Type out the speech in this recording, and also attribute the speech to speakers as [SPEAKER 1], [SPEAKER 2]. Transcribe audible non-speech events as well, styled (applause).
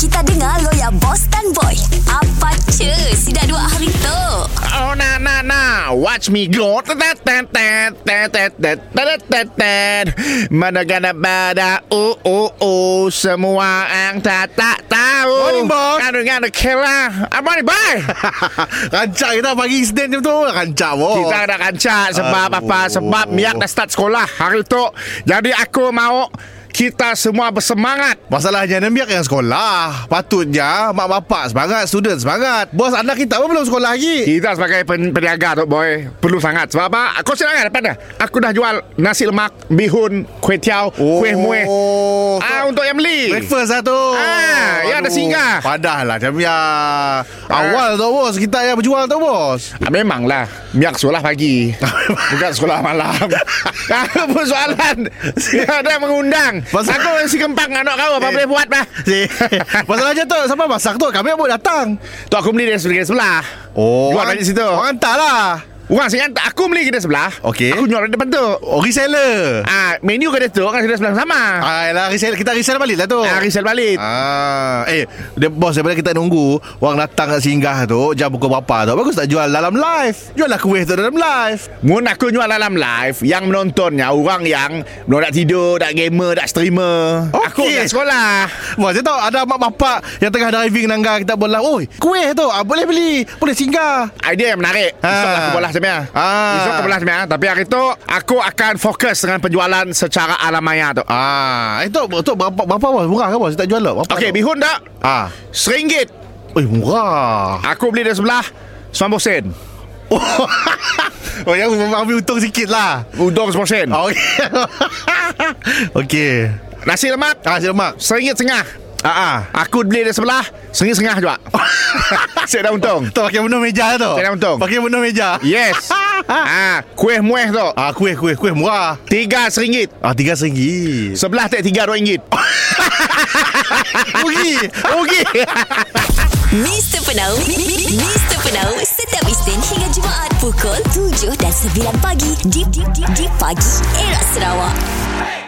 [SPEAKER 1] Kita dengar lo ya, boss dan boy. Apa cu? Si dah dua hari tu.
[SPEAKER 2] Oh, na na na. Watch me go. Tat, tat, tat, tat, tat, tat, tat, tat, tat. Mana gana bada. Oh, oh, oh. Semua ang tak tak tahu.
[SPEAKER 3] Morning, boss.
[SPEAKER 2] Kanu gana kira. Ah, morning, bye.
[SPEAKER 3] (laughs) Rancak kita pagi Isnin ni betul Rancak bos
[SPEAKER 2] Kita nak kancak sebab
[SPEAKER 3] Oh. Aduh.
[SPEAKER 2] apa? Sebab Miak dah start sekolah hari tu. Jadi aku mau kita semua bersemangat.
[SPEAKER 3] Masalahnya Nembiak yang sekolah Patutnya Mak bapak semangat Student semangat Bos anak kita pun belum sekolah lagi
[SPEAKER 2] Kita sebagai pen- peniaga tu boy Perlu sangat Sebab apa Kau silakan depan dah Aku dah jual Nasi lemak Bihun Kuih tiaw oh. Kuih muih
[SPEAKER 3] Oh
[SPEAKER 2] Ah untuk yang beli
[SPEAKER 3] Breakfast lah tu
[SPEAKER 2] Ah, ya, ada
[SPEAKER 3] Aduh,
[SPEAKER 2] singgah.
[SPEAKER 3] Padahlah Nembiak Awal tu bos Kita yang berjual tu bos
[SPEAKER 2] ah, Memanglah Miak sekolah pagi Bukan sekolah malam Aku pun soalan Ada mengundang
[SPEAKER 3] Masa-
[SPEAKER 2] Aku si kempang Anak kau apa
[SPEAKER 3] Eh.
[SPEAKER 2] boleh buat bah
[SPEAKER 3] (laughs) Masalahnya tu Sampai masak tu Kami pun datang
[SPEAKER 2] Tu aku beli dari sebelah sebelah
[SPEAKER 3] Oh
[SPEAKER 2] Jual
[SPEAKER 3] orang-
[SPEAKER 2] dari situ.
[SPEAKER 3] Orang hantar lah
[SPEAKER 2] Orang sini hantar- Aku beli kedai sebelah
[SPEAKER 3] Okey.
[SPEAKER 2] Aku jual dari depan tu
[SPEAKER 3] Oh reseller
[SPEAKER 2] Ah, Menu kedai tu Kan kedai sebelah sama
[SPEAKER 3] Ah, lah, resell, kita resell balik lah tu
[SPEAKER 2] Ah, Rizal balik
[SPEAKER 3] Ah, eh, dia bos daripada kita nunggu orang datang kat singgah tu jam pukul berapa tu. Bagus tak jual dalam live. Juallah kuih tu dalam live.
[SPEAKER 2] Mun aku jual dalam live Yang menontonnya Orang yang Belum nak tidur Tak gamer Tak streamer
[SPEAKER 3] Okey.
[SPEAKER 2] Aku kat sekolah
[SPEAKER 3] Wah, saya tahu ada mak bapak yang tengah driving nangga kita bola. Oi, kuih tu ah, boleh beli, boleh singgah.
[SPEAKER 2] Idea yang menarik ha. Esok
[SPEAKER 3] Ah.
[SPEAKER 2] aku bolah sebenarnya
[SPEAKER 3] Ah.
[SPEAKER 2] Esok aku bolah sebenarnya Tapi hari tu Aku akan fokus Dengan penjualan Secara alam maya tu
[SPEAKER 3] Ah, itu tu berapa berapa bos? Murah ke bos? Saya tak jual lah. Berapa
[SPEAKER 2] Okey
[SPEAKER 3] tu?
[SPEAKER 2] bihun tak
[SPEAKER 3] Ah.
[SPEAKER 2] Seringgit
[SPEAKER 3] Eh, murah. (laughs)
[SPEAKER 2] Aku beli dari sebelah 90 sen
[SPEAKER 3] Oh, yang ambil untung sikit lah.
[SPEAKER 2] Udang 10 sen oh.
[SPEAKER 3] Ah, Okey. (laughs) Okey.
[SPEAKER 2] Nasi lemak
[SPEAKER 3] Ah, saya lemak.
[SPEAKER 2] Seringgit setengah
[SPEAKER 3] Ah,
[SPEAKER 2] ha.
[SPEAKER 3] ah.
[SPEAKER 2] Aku beli dari sebelah Seringgit setengah (laughs) juga Saya dah untung
[SPEAKER 3] Tu pakai benda meja tu.
[SPEAKER 2] Saya dah untung.
[SPEAKER 3] Pakai benda meja.
[SPEAKER 2] (laughs) Yes ah, Kuih muih tu
[SPEAKER 3] Ah, kuih, kuih, kuih murah.
[SPEAKER 2] Tiga seringgit
[SPEAKER 3] Ah, tiga seringgit.
[SPEAKER 2] Sebelah tak tiga dua ringgit
[SPEAKER 3] Rugi.
[SPEAKER 2] Rugi
[SPEAKER 1] Mr. Penau, mi- mi- mi- Mr. Penau, setiap Isnin hingga Jumaat pukul 7 dan 9 pagi di, di, di, di pagi era Sarawak.